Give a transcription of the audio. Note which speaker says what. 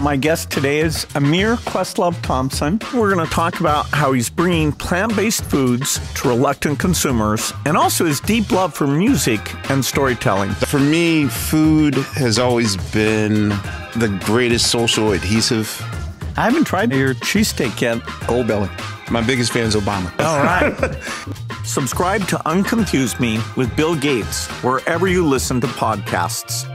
Speaker 1: My guest today is Amir Questlove Thompson. We're going to talk about how he's bringing plant based foods to reluctant consumers and also his deep love for music and storytelling.
Speaker 2: For me, food has always been the greatest social adhesive.
Speaker 1: I haven't tried your cheesesteak yet.
Speaker 2: Gold belly. My biggest fan is Obama.
Speaker 1: All right. Subscribe to Unconfuse Me with Bill Gates wherever you listen to podcasts.